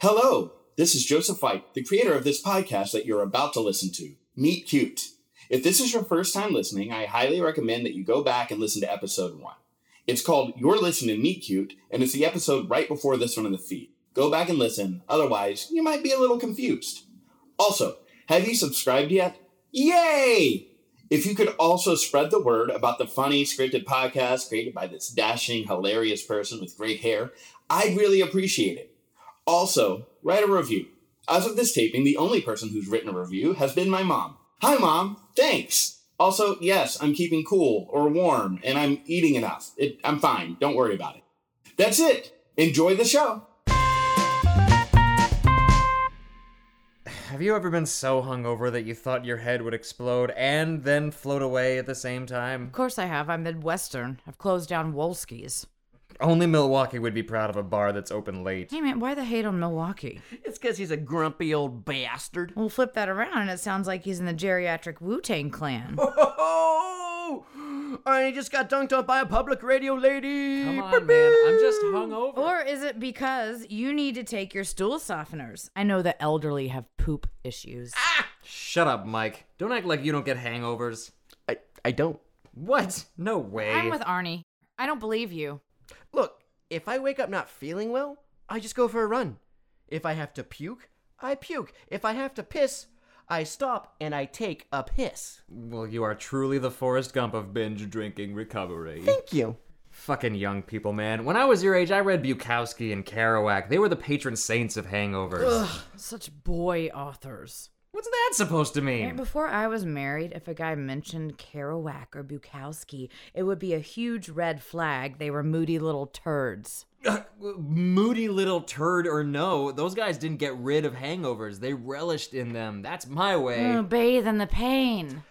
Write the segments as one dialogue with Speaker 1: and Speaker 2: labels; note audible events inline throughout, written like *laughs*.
Speaker 1: Hello, this is Joseph White, the creator of this podcast that you're about to listen to, Meet Cute. If this is your first time listening, I highly recommend that you go back and listen to episode one. It's called You're Listening to Meet Cute, and it's the episode right before this one in the feed. Go back and listen, otherwise, you might be a little confused. Also, have you subscribed yet? Yay! If you could also spread the word about the funny scripted podcast created by this dashing, hilarious person with great hair, I'd really appreciate it. Also, write a review. As of this taping, the only person who's written a review has been my mom. Hi, mom. Thanks. Also, yes, I'm keeping cool or warm and I'm eating enough. It, I'm fine. Don't worry about it. That's it. Enjoy the show.
Speaker 2: Have you ever been so hungover that you thought your head would explode and then float away at the same time?
Speaker 3: Of course I have. I'm Midwestern. I've closed down Wolski's.
Speaker 2: Only Milwaukee would be proud of a bar that's open
Speaker 3: *laughs*
Speaker 2: late.
Speaker 3: Hey man, why the hate on Milwaukee?
Speaker 4: It's because he's a grumpy old bastard.
Speaker 3: We'll flip that around and it sounds like he's in the geriatric Wu Tang clan.
Speaker 4: Oh, I just got dunked on by a public radio lady.
Speaker 5: Come on, man. I'm just hungover.
Speaker 3: Or is it because you need to take your stool softeners? I know the elderly have poop issues.
Speaker 2: Shut up, Mike. Don't act like you don't get hangovers.
Speaker 4: I, I don't.
Speaker 2: What? No way.
Speaker 3: I'm with Arnie. I don't believe you.
Speaker 4: Look, if I wake up not feeling well, I just go for a run. If I have to puke, I puke. If I have to piss, I stop and I take a piss.
Speaker 2: well, you are truly the Forrest Gump of binge drinking recovery.
Speaker 4: Thank you.
Speaker 2: Fucking young people, man. When I was your age, I read Bukowski and Kerouac. They were the patron saints of hangovers.
Speaker 3: Such boy authors.
Speaker 2: What's that supposed to
Speaker 3: Right
Speaker 2: mean?
Speaker 3: before I was married, if a guy mentioned Kerouac or Bukowski, it would be a huge red flag. They were moody little turds.
Speaker 2: Moody little turd or no, those guys didn't get rid of hangovers. They relished in them. That's my way.
Speaker 3: Oh, bathe in the pain.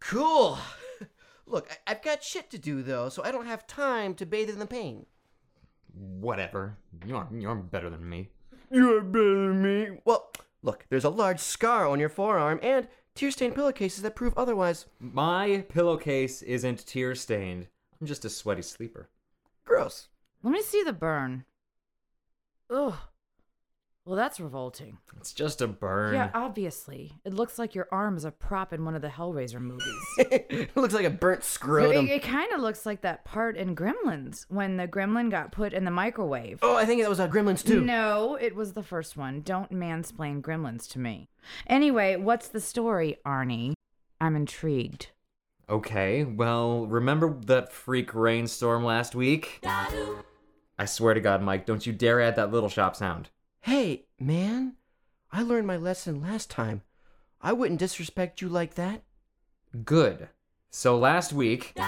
Speaker 4: Cool. *laughs* Look, I, I've got shit to do though, so I don't have time to bathe in the pain.
Speaker 2: whatever. You're you're better than me.
Speaker 4: You're better than me. Well, look, there's a large scar on your forearm and tear-stained pillowcases that prove otherwise.
Speaker 2: My pillowcase isn't tear stained. I'm just a sweaty sleeper.
Speaker 4: *laughs* Gross.
Speaker 3: Let me see the burn. Ugh. Well, that's revolting.
Speaker 2: It's just a burn.
Speaker 3: Yeah, obviously. It looks like your arm is a prop in one of the Hellraiser
Speaker 2: *laughs*
Speaker 3: movies.
Speaker 4: Looks like a burnt
Speaker 3: but
Speaker 4: scrotum.
Speaker 3: it, it kind of looks like that part in Gremlins when the gremlin got put in the microwave.
Speaker 4: Oh, I think that was uh, Gremlins too.
Speaker 3: No, it was the first one. Don't mansplain gremlins to me. Anyway, what's the story, Arnie? I'm intrigued.
Speaker 2: okay, well, remember that freak rainstorm last week? I swear to God, Mike, don't you dare add that little shop sound.
Speaker 4: Hey, man, I learned my lesson last time. I wouldn't disrespect you like that.
Speaker 2: Good. So last week,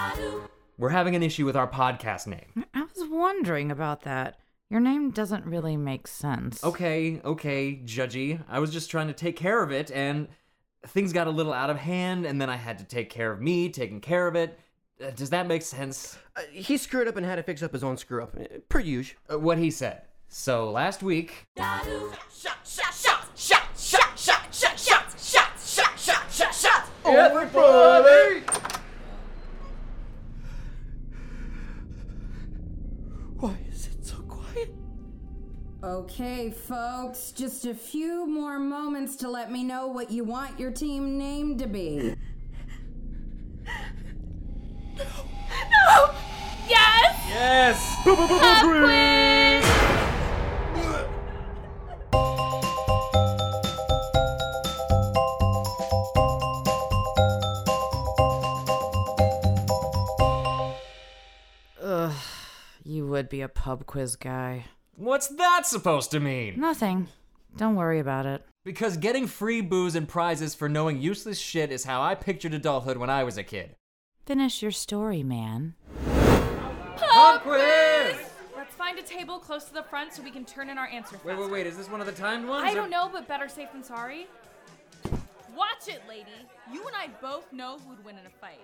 Speaker 2: we're having an issue with our podcast name.
Speaker 3: I was wondering about that. Your name doesn't really make sense.
Speaker 2: Okay, okay, judgy. I was just trying to take care of it, and things got a little out of hand, and then I had to take care of me taking care of it. Uh, does that make sense?
Speaker 4: Uh, he screwed up and had to fix up his own screw up, uh, per usual.
Speaker 2: Uh, what he said. So last week,
Speaker 4: Everybody! Why is it so quiet?
Speaker 6: Okay, folks, just a few more moments to let me know what you want your team name to be.
Speaker 3: You would be a pub quiz guy.
Speaker 2: what's that supposed to mean?
Speaker 3: Nothing. Don't worry about it.
Speaker 2: Because getting free booze and prizes for knowing useless shit is how I pictured adulthood when I was a kid.
Speaker 3: Finish your story, man.
Speaker 2: Pop quiz!
Speaker 7: Let's find a table close to the front so we can turn in our answer
Speaker 2: Wait, wait,
Speaker 7: faster.
Speaker 2: wait, is this one of the timed ones?
Speaker 7: I
Speaker 2: or-
Speaker 7: don't know, but better safe than sorry. Watch it, lady. You and I both know who'd win in a fight.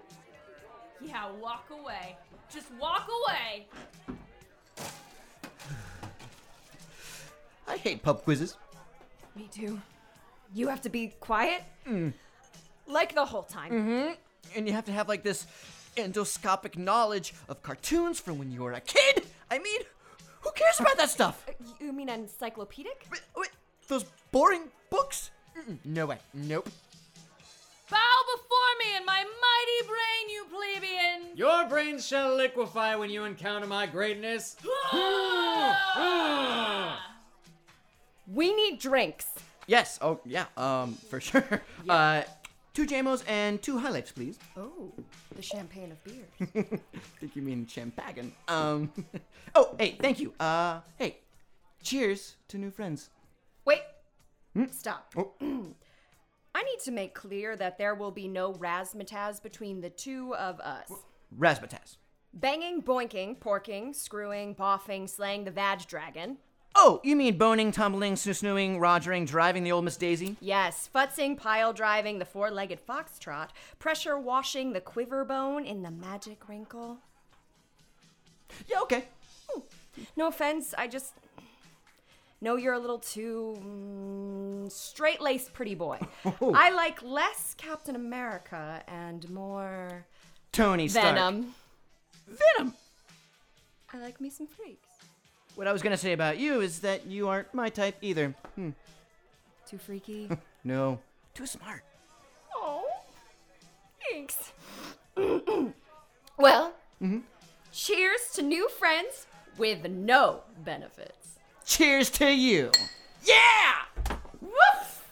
Speaker 7: Yeah, walk away. Just walk away.
Speaker 4: I hate pub quizzes.
Speaker 8: Me too. You have to be quiet? Like the whole time.
Speaker 4: And you have to have like this endoscopic knowledge of cartoons from when you were a kid. I mean, who cares about that stuff?
Speaker 8: You mean encyclopedic?
Speaker 4: Wait, wait, Those boring books? Mm-mm. No way. Nope.
Speaker 9: Bow before me in my mighty brain, you
Speaker 2: *gasps*
Speaker 9: plebeian!
Speaker 2: Your brains shall liquefy when you encounter my
Speaker 7: *gasps*
Speaker 2: greatness.
Speaker 8: We need drinks.
Speaker 4: Yes. Oh, yeah. Um, for *laughs* sure. Uh, two JMOs and two highlights, please.
Speaker 8: Oh, the champagne of beer.
Speaker 4: I *laughs* think you mean champagne. Um. *laughs* oh, hey, thank you. Uh, hey, cheers to new friends.
Speaker 8: Wait. Stop. *clears throat* I need to make clear that there will be no razzmatazz between the two of us.
Speaker 4: Razzmatazz.
Speaker 8: Banging, boinking, porking, screwing, boffing, slaying the vag dragon.
Speaker 4: Oh, you mean boning, tumbling, snoo-snooing, rogering, driving the old Miss Daisy?
Speaker 8: Yes, futzing, pile driving, the four legged foxtrot, pressure washing the quiver bone in the magic wrinkle.
Speaker 4: Yeah, okay.
Speaker 8: No offense, I just know you're a little too mm, straight laced pretty boy. I like less Captain America and more
Speaker 4: Tony Stark.
Speaker 8: Venom.
Speaker 4: Venom.
Speaker 8: I like me some freaks.
Speaker 4: What I was gonna say about you is that you aren't my type either. Hmm.
Speaker 8: Too freaky.
Speaker 4: No. Too smart.
Speaker 8: Oh, thanks. well, cheers to new friends with no benefits.
Speaker 4: Cheers to you.
Speaker 8: Woof!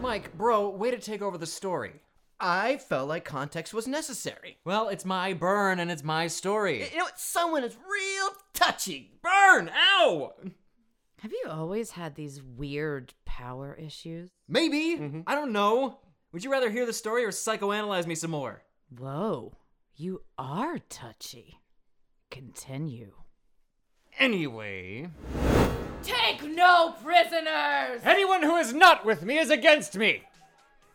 Speaker 2: Mike, bro, way to take over the story.
Speaker 4: I felt like context was necessary.
Speaker 2: Well, it's my burn and it's my story.
Speaker 4: You know what? Someone is real touchy.
Speaker 2: Burn! Ow!
Speaker 3: Have you always had these weird power issues?
Speaker 2: Maybe. I don't know. Would you rather hear the story or psychoanalyze me some more?
Speaker 3: Whoa, you are touchy. Continue.
Speaker 2: Anyway,
Speaker 9: Take no prisoners!
Speaker 2: anyone who is not with me is against me.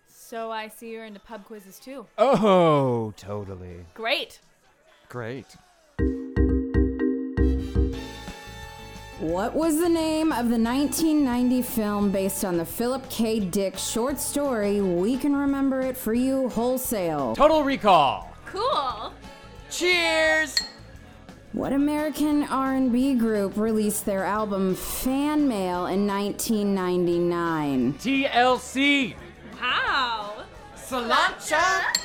Speaker 9: So I see you're into pub quizzes too.
Speaker 2: Oh, totally.
Speaker 9: Great!
Speaker 2: Great.
Speaker 10: What was the name of the 1990 film based on the Philip K. Dick short story We Can Remember It For You Wholesale?
Speaker 2: Total recall.
Speaker 9: Cool!
Speaker 4: Cheers.
Speaker 10: What American R&B group released their album Fan Mail in 1999?
Speaker 2: TLC.
Speaker 9: Wow!
Speaker 4: Cilantro.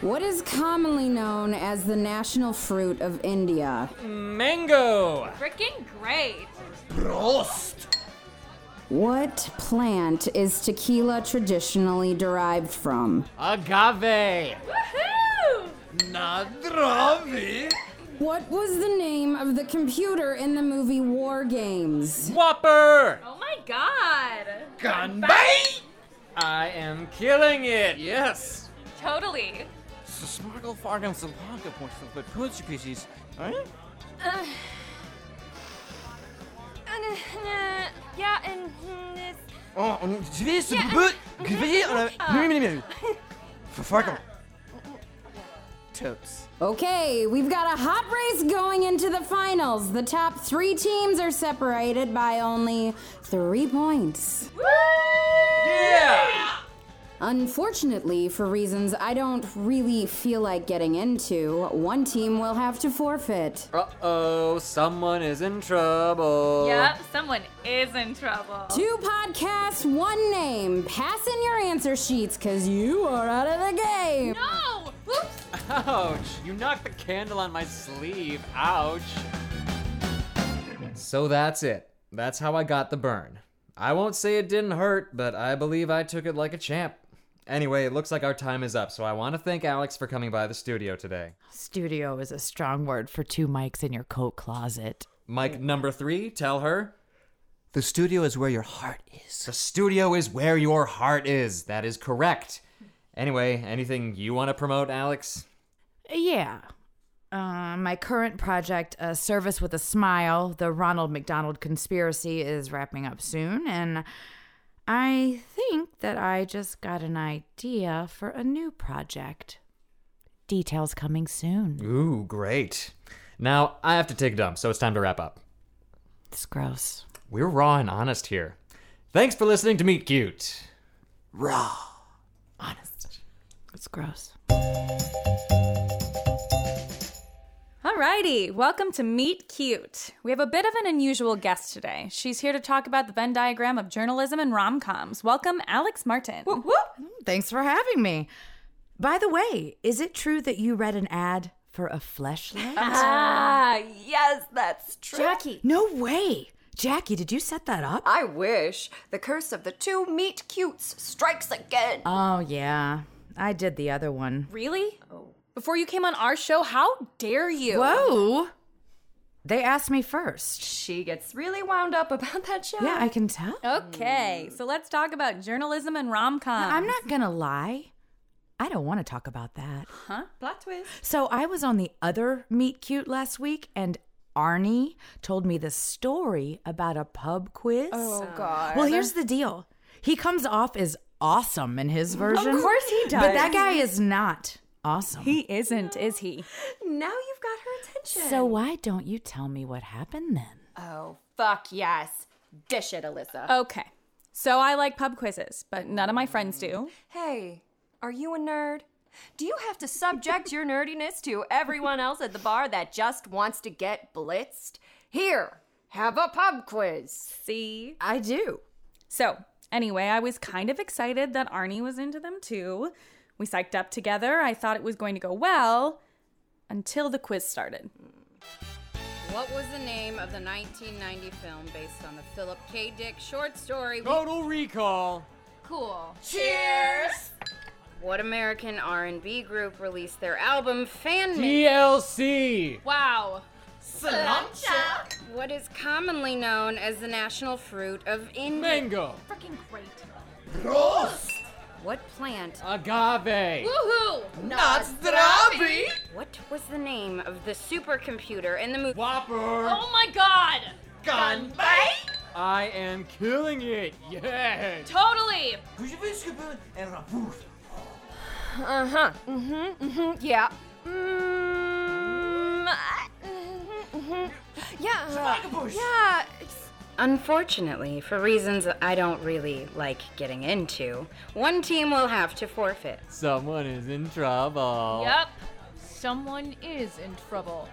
Speaker 10: What is commonly known as the national fruit of India?
Speaker 2: Mango.
Speaker 9: Freaking great!
Speaker 4: Prost.
Speaker 10: What plant is tequila traditionally derived from?
Speaker 2: Agave.
Speaker 9: Woohoo! *laughs*
Speaker 4: Nadravi.
Speaker 10: What was the name of the computer in the movie War Games?
Speaker 2: Whopper.
Speaker 9: Oh my god!
Speaker 4: Ganbei.
Speaker 2: I am killing it. Yes.
Speaker 9: Totally!
Speaker 7: *sighs*
Speaker 4: Smargle fargum salanga points the Portuguese.
Speaker 8: yeah, and mm, this.
Speaker 4: Oh, this but fargum. Totes.
Speaker 10: Okay, we've got a hot race going into the finals. The top three teams are separated by only three points.
Speaker 2: Yeah.
Speaker 10: Unfortunately, for reasons I don't really feel like getting into, one team will have to forfeit.
Speaker 2: Uh oh, someone is in trouble.
Speaker 9: Yep, someone is in trouble.
Speaker 10: Two podcasts, one name. Pass in your answer sheets, because you are out of the game.
Speaker 9: No! Oops!
Speaker 2: Ouch! You knocked the candle on my sleeve. Ouch! So that's it. That's how I got the burn. I won't say it didn't hurt, but I believe I took it like a champ. Anyway, it looks like our time is up, so I want to thank Alex for coming by the studio today.
Speaker 3: Studio is a strong word for two mics in your coat closet.
Speaker 2: Mike number three, tell her
Speaker 4: The studio is where your heart is.
Speaker 2: the studio is where your heart is. That is correct. Anyway, anything you want to promote, Alex?
Speaker 3: Yeah. Uh, my current project, uh, Service with a Smile, the Ronald McDonald conspiracy, is wrapping up soon. And I think that I just got an idea for a new project. Details coming soon.
Speaker 2: Ooh, great. Now, I have to take a dump, so it's time to wrap up.
Speaker 3: It's gross.
Speaker 2: We're raw and honest here. Thanks for listening to Meet Cute.
Speaker 4: Raw.
Speaker 3: Honest. It's gross.
Speaker 7: Alrighty, welcome to Meet Cute. We have a bit of an unusual guest today. She's here to talk about the Venn diagram of journalism and rom coms. Welcome, Alex Martin.
Speaker 3: Thanks for having me. By the way, is it true that you read an ad for a fleshlight? *laughs*
Speaker 8: Ah, yes, that's true.
Speaker 10: Jackie.
Speaker 3: no way. Jackie, did you set that up?
Speaker 8: I wish the curse of the two meat cutes strikes again.
Speaker 3: Oh, yeah. I did the other one.
Speaker 7: Really? Before you came on our show, how dare you?
Speaker 3: Oh. Whoa. They asked me first.
Speaker 8: she gets really wound up about that show.
Speaker 3: Yeah, I can tell.
Speaker 7: Okay, so let's talk about journalism and rom coms.
Speaker 3: Mm. I'm not going to lie. I don't want to talk about that.
Speaker 8: Plot twist.
Speaker 3: So I was on the other Meet Cute last week, and Arnie told me the story about a pub quiz. Oh, God. Well, here's the deal he comes off as awesome in his version.
Speaker 8: Of course he does.
Speaker 3: But that guy is not awesome.
Speaker 7: He isn't, is he?
Speaker 8: Now you've got her attention.
Speaker 3: so why don't you tell me what happened then?
Speaker 8: Oh, fuck yes. Dish it, Alyssa.
Speaker 7: Okay. So I like pub quizzes, but none of my friends do.
Speaker 8: Hey, are you a nerd? Do you have to subject your nerdiness to everyone else at the bar that just wants to get blitzed? Here, have a pub quiz.
Speaker 7: See?
Speaker 3: I do.
Speaker 7: So, anyway, I was kind of excited that Arnie was into them too. We psyched up together. I thought it was going to go well until the quiz started.
Speaker 10: What was the name of the 1990 film based on the Philip K. Dick short story?
Speaker 2: Total recall.
Speaker 10: Cool. Cheers. What American R&B group released their album Fan Made?
Speaker 2: DLC.
Speaker 9: Wow.
Speaker 10: What is commonly known as the national fruit of India?
Speaker 2: Mango.
Speaker 9: Freaking great.
Speaker 10: What plant?
Speaker 2: Agave.
Speaker 9: Woohoo!
Speaker 10: What was the name of the supercomputer in the movie?
Speaker 2: Whopper.
Speaker 9: Oh my god!
Speaker 2: I am killing it. Yeah.
Speaker 9: Totally!
Speaker 8: Uh huh. Mm hmm.
Speaker 10: Mm-hmm,
Speaker 8: Mm hmm. Yeah. Mm hmm. Yeah. uh, Yeah. it's-
Speaker 10: Unfortunately, for reasons I don't really like getting into, one team will have to forfeit.
Speaker 2: Someone is in trouble.
Speaker 9: Yep. Someone is in trouble.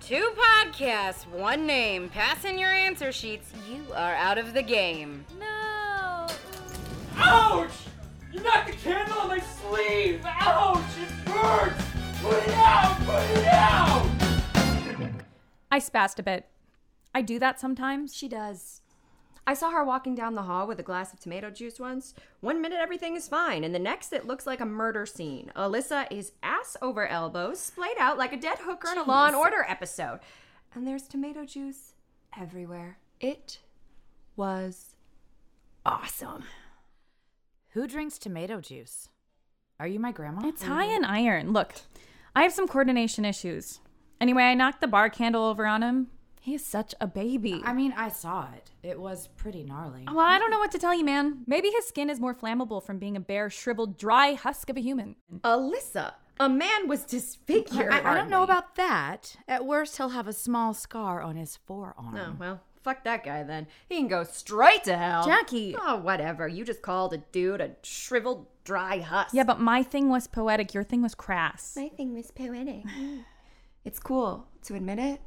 Speaker 10: Two podcasts, one name. Pass in your answer sheets. You are out of the game.
Speaker 9: No.
Speaker 2: Ouch! You knocked the candle on my sleeve. Ouch! It burns. Put it out. Put it out.
Speaker 7: I spazzed a bit. I do that sometimes.
Speaker 8: She does. I saw her walking down the hall with a glass of tomato juice once. One minute everything is fine, and the next it looks like a murder scene. Alyssa is ass over elbows, splayed out like a dead hooker in a Law and Order episode. And there's tomato juice everywhere. It was awesome.
Speaker 3: Who drinks tomato juice? Are you my grandma?
Speaker 7: It's high in iron. Look, I have some coordination issues. Anyway, I knocked the bar candle over on him. He is such a baby.
Speaker 3: I mean, I saw it. It was pretty gnarly.
Speaker 7: well, I don't know what to tell you, man. Maybe his skin is more flammable from being a bare, shriveled, dry husk of a human.
Speaker 8: Alyssa, a man was disfigured.
Speaker 3: I, I don't know about that. At worst, he'll have a small scar on his forearm.
Speaker 8: Oh, well, fuck that guy then. He can go straight to hell.
Speaker 7: Jackie.
Speaker 8: Oh, whatever. You just called a dude a shriveled, dry husk.
Speaker 7: Yeah, but my thing was poetic. Your thing was crass.
Speaker 8: My thing
Speaker 11: *laughs*
Speaker 8: was poetic. Mm. it's cool to admit it.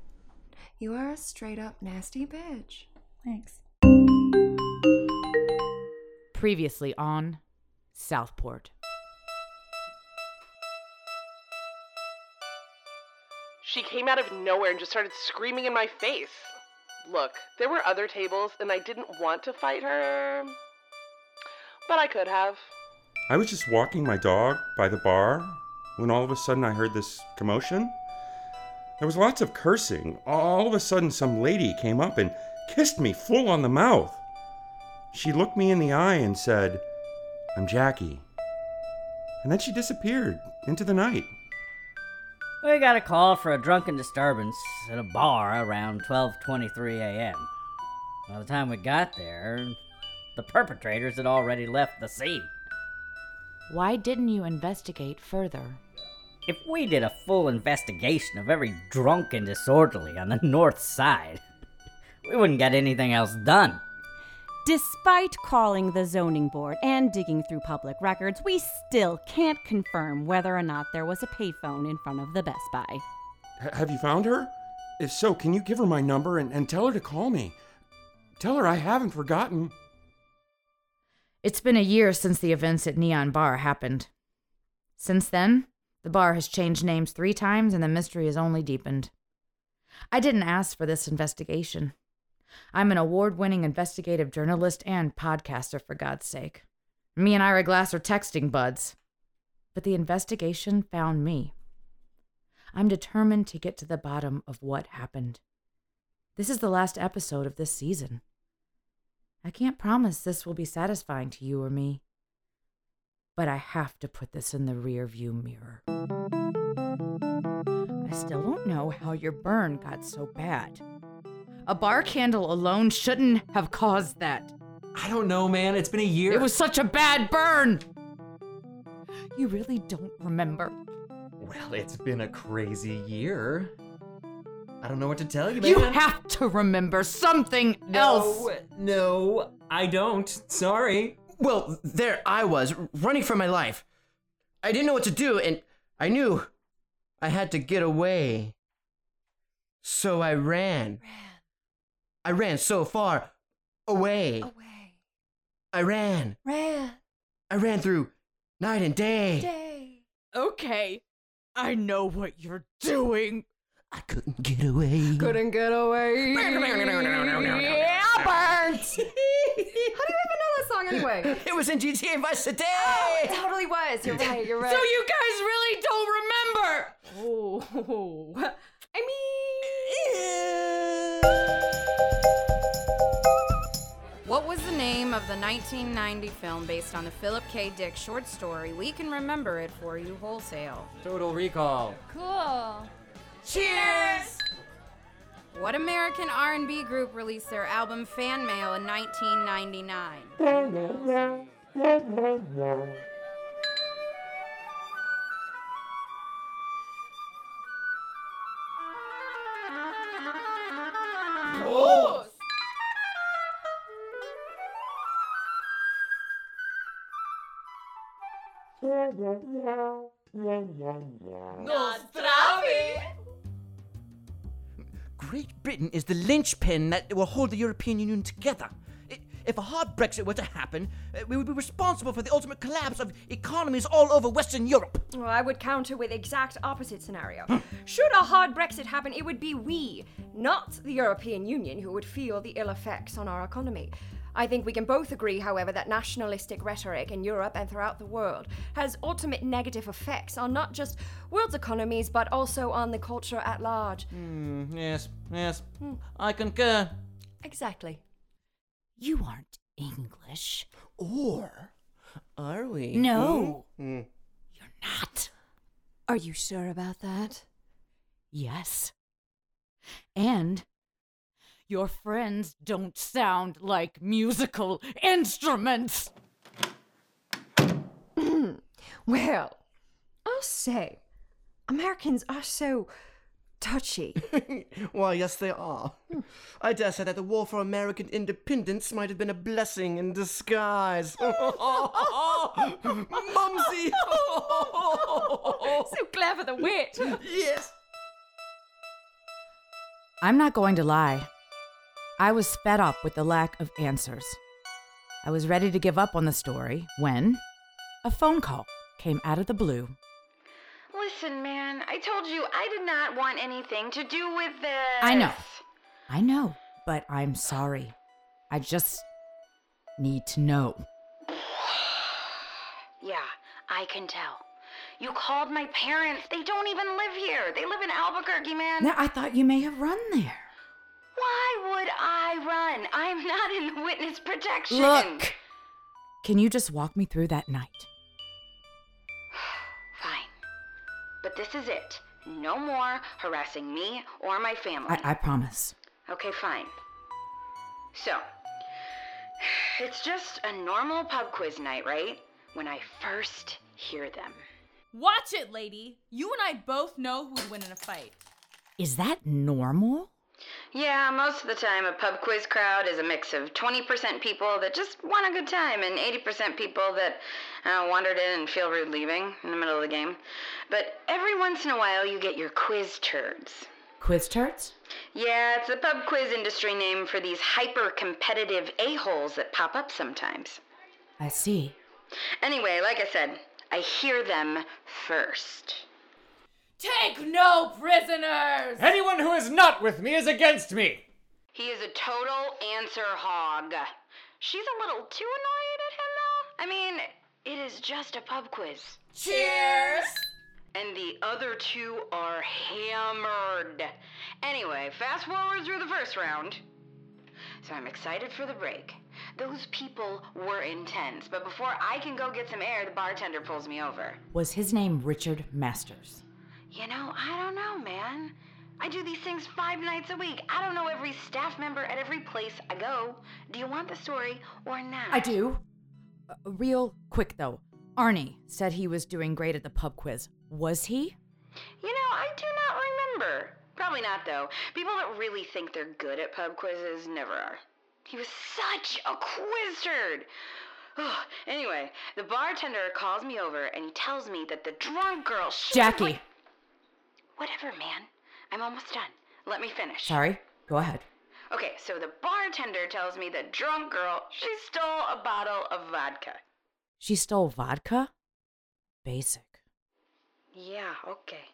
Speaker 8: You are a straight up nasty bitch.
Speaker 7: Thanks.
Speaker 3: Previously on Southport.
Speaker 12: She came out of nowhere and just started screaming in my face. Look, there were other tables, and I didn't want to fight her. But I could have.
Speaker 13: I was just walking my dog by the bar when all of a sudden I heard this commotion. There was lots of cursing. All of a sudden, some lady came up and kissed me full on the mouth. She looked me in the eye and said, I'm Jackie. And then she disappeared into the night.
Speaker 14: We got a call for a drunken disturbance at a bar around 12:23 a.m. By the time we got there, the perpetrators had already left the scene.
Speaker 3: Why didn't you investigate further?
Speaker 14: If we did a full investigation of every drunk and disorderly on the *laughs* north side, we wouldn't get anything else done.
Speaker 11: Despite calling the zoning board and digging through public records, we still can't confirm whether or not there was a payphone in front of the Best Buy.
Speaker 13: H- have you found her? If so, can you give her my number and, and tell her to call me? Tell her I haven't forgotten.
Speaker 3: It's been a year since the events at Neon Bar happened. Since then, the bar has changed names three times and the mystery has only deepened. I didn't ask for this investigation. I'm an award winning investigative journalist and podcaster, for God's sake. Me and Ira Glass are texting buds. But the investigation found me. I'm determined to get to the bottom of what happened. This is the last episode of this season. I can't promise this will be satisfying to you or me, but I have to put this in the rearview mirror. I still don't know how your burn got so bad. A bar candle alone shouldn't have caused that.
Speaker 15: I don't know, man. It's been a year.
Speaker 3: It was such a bad burn! You really don't remember.
Speaker 15: Well, it's been a crazy year. I don't know what to tell you, man.
Speaker 3: You have to remember something else!
Speaker 15: No, I don't. Sorry.
Speaker 4: Well, there I was, r- running for my life. I didn't know what to do, and I knew I had to get away. So I ran. I ran so far away. Away. I ran.
Speaker 8: Ran.
Speaker 4: I ran through night and day.
Speaker 3: Okay, I know what you're doing.
Speaker 4: Couldn't get away.
Speaker 8: Couldn't get away. *laughs* Albert! How do you even know that song
Speaker 11: *laughs*
Speaker 8: anyway?
Speaker 4: It was in GTA Vice City.
Speaker 8: Oh, it totally was. You're right. You're right.
Speaker 3: So you guys really don't remember!
Speaker 11: *laughs*
Speaker 8: Oh, I
Speaker 10: mean. What was the name of the 1990 film based on the Philip K. Dick short story? We can remember it for you wholesale.
Speaker 2: Total Recall.
Speaker 10: Cool. Cheers! What American R&B group released their album Fan Mail in 1999?
Speaker 4: Great Britain is the linchpin that will hold the European Union together. I- If a hard Brexit were to happen, uh, we would be responsible for the ultimate collapse of economies all over Western Europe.
Speaker 8: Well, I would counter with exact
Speaker 3: *gasps*
Speaker 8: opposite scenario. Should a hard Brexit happen, it would be we, not the European Union, who would feel the ill effects on our economy. I think we can both agree, however, that nationalistic rhetoric in Europe and throughout the world has ultimate negative effects on not just world's economies, but also on the culture at large.
Speaker 4: Mm, yes, yes. I concur.
Speaker 8: Exactly.
Speaker 11: You aren't English.
Speaker 4: Or are we?
Speaker 11: No.
Speaker 4: Mm.
Speaker 11: Are you sure about that?
Speaker 3: Yes. And your friends don't sound like musical
Speaker 4: *laughs*
Speaker 3: instruments.
Speaker 8: *clears throat*
Speaker 3: *laughs*
Speaker 8: Well, I'll say, Americans are so touchy.
Speaker 4: Well, yes, they are. I dare say that the war for American independence might have been a blessing in disguise. *laughs* Mumsy!
Speaker 8: so clever, the wit.
Speaker 4: yes.
Speaker 3: I'm not going to lie. I was fed up with the lack of answers. I was ready to give up on the story when a phone call came out of the blue.
Speaker 10: Listen, man, I told you I did not want anything to do with this.
Speaker 3: *laughs* I know. I know, but I'm sorry. I just need to know.
Speaker 10: Yeah, I can tell. You called my parents. They don't even live here. They live in Albuquerque, man.
Speaker 3: Now, I thought you may have run there.
Speaker 10: Why would I run? I'm not in witness protection.
Speaker 3: Look! Can you just walk me through that night?
Speaker 10: Fine. But this is it. No more harassing me or my family.
Speaker 3: I, I promise.
Speaker 10: Okay, fine. So, it's just a normal pub quiz night, right? When I first hear them.
Speaker 9: Watch it, lady. You and I both know who'd win in a fight.
Speaker 3: Is that normal?
Speaker 16: Yeah, most of the time, a pub quiz crowd is a mix of 20% people that just want a good time and 80% people that uh, wandered in and feel rude leaving in the middle of the game. But every once in a while, you get your quiz turds.
Speaker 3: Quiz charts?
Speaker 16: Yeah, it's the pub quiz industry name for these hyper competitive a-holes that pop up sometimes.
Speaker 3: I see.
Speaker 16: Anyway, like I said, I hear them first.
Speaker 9: Take no prisoners!
Speaker 2: Anyone who is not with me is against me!
Speaker 16: He is a total answer hog. She's a little too annoyed at him, though. I mean, it is just a pub quiz.
Speaker 9: Cheers!
Speaker 16: And the other two are hammered. Anyway, fast forward through the first round. So I'm excited for the break. Those people were intense, but before I can go get some air, the bartender pulls me over.
Speaker 3: Was his name Richard Masters?
Speaker 16: You know, I don't know, man. I do these things five nights a week. I don't know every staff member at every place I go. Do you want the story or not?
Speaker 3: I do. Uh, Real quick, though. Arnie said he was doing great at the pub quiz. Was he?
Speaker 16: You know, I do not remember. Probably not, though. People that really think they're good at pub quizzes never are. He was such a quiz turd. Ugh. anyway, the bartender calls me over and he tells me that the drunk girl. She was
Speaker 3: Jackie!
Speaker 16: like- Whatever, man. I'm almost done. Let me finish.
Speaker 3: Sorry, go ahead.
Speaker 16: Okay, so the bartender tells me the drunk girl, she stole a bottle of vodka.
Speaker 3: She stole vodka? Basic.
Speaker 16: Yeah, okay.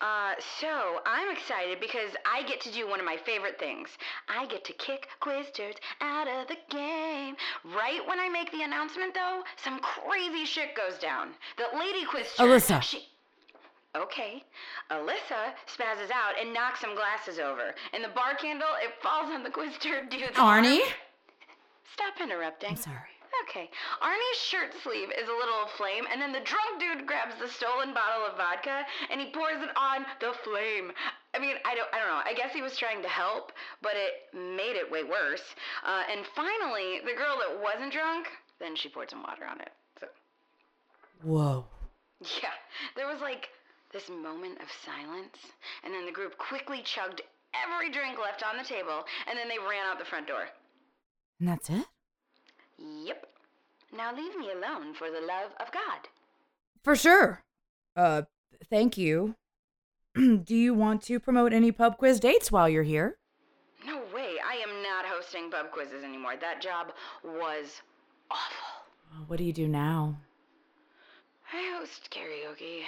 Speaker 16: Uh, so I'm excited because I get to do one of my favorite things. I get to kick quiz turds out of the game. Right when I make the announcement, though, some crazy shit goes down. The lady quiz turd,
Speaker 3: Alyssa.
Speaker 16: she- Okay. Alyssa spazzes out and knocks some glasses over, and the bar candle it falls on the quiz turd dude's arm.
Speaker 3: Arnie?
Speaker 16: Stop interrupting.
Speaker 3: I'm sorry.
Speaker 16: Okay. Arnie's shirt sleeve is a little flame, and then the drunk dude grabs the stolen bottle of vodka and he pours it on the flame. I mean, I don't, I don't know. I guess he was trying to help, but it made it way worse. Uh, and finally, the girl that wasn't drunk, then she poured some water on it. So,
Speaker 3: Whoa.
Speaker 16: yeah, there was like this moment of silence, and then the group quickly chugged every drink left on the table, and then they ran out the front door.
Speaker 3: And that's it?
Speaker 16: Yep. Now leave me alone for the love of God.
Speaker 3: For sure. Uh, thank you. *clears throat* Do you want to promote any pub quiz dates while you're here?
Speaker 16: No way. I am not hosting pub quizzes anymore. That job was.
Speaker 3: Uh, What do you do now?
Speaker 16: I host karaoke.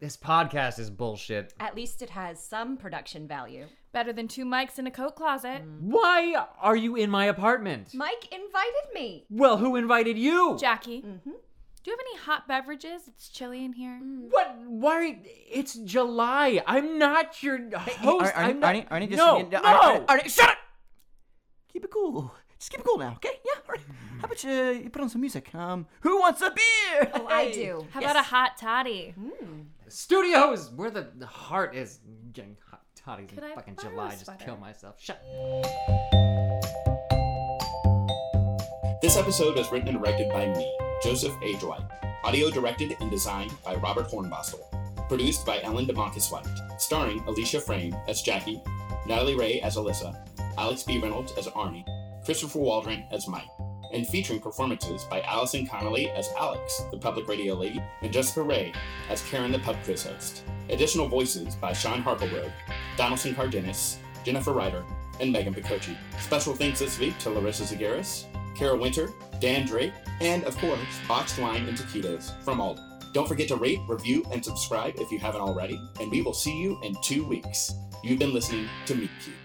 Speaker 2: This podcast is bullshit.
Speaker 8: At least it has some production value.
Speaker 7: Better than two mics in a coat closet.
Speaker 2: Mm. Why are you in my apartment?
Speaker 8: Mike invited me.
Speaker 2: Well, who invited you?
Speaker 7: Jackie, do you have any hot beverages? It's chilly in here.
Speaker 2: What? Why? are you- It's July. I'm not your host.
Speaker 4: Arnie,
Speaker 2: I'm not-
Speaker 4: Arnie, Arnie, just-
Speaker 2: no,
Speaker 4: yeah,
Speaker 2: no.
Speaker 4: Arnie, Arnie, Arnie, shut up! Keep it cool. Just keep it cool now, okay? Yeah, all right. How about you, you put on some music? Um, who wants a beer?
Speaker 7: Oh,
Speaker 4: I
Speaker 7: do. How
Speaker 4: Yes.
Speaker 7: about a hot toddy?
Speaker 2: Studio is where the, the heart is. Getting hot toddies
Speaker 7: Could
Speaker 2: in
Speaker 7: I
Speaker 2: fucking
Speaker 7: borrow a
Speaker 2: July. Just
Speaker 7: sweater?
Speaker 2: kill myself. Shut.
Speaker 1: This episode was written and directed by me, Joseph A. Dwight. Audio directed and designed by Robert Hornbostel. Produced by Ellen DeMonkis White. Starring Alicia Frame as Jackie, Natalie Ray as Alyssa, Alex B. Reynolds as Arnie, Christopher Waldron as Mike, and featuring performances by Allison Connolly as Alex, the public radio lady, and Jessica Ray as Karen, the pub quiz host. Additional voices by Sean Harpelroad, Donaldson Cardenas, Jennifer Ryder, and Megan Picochi. Special thanks this week to Larissa Zagaris, Kara Winter, Dan Drake, and of course, Boxed Wine and Taquitos from Alden. Don't forget to rate, review, and subscribe if you haven't already, and we will see you in two weeks. You've been listening to Meet Cute.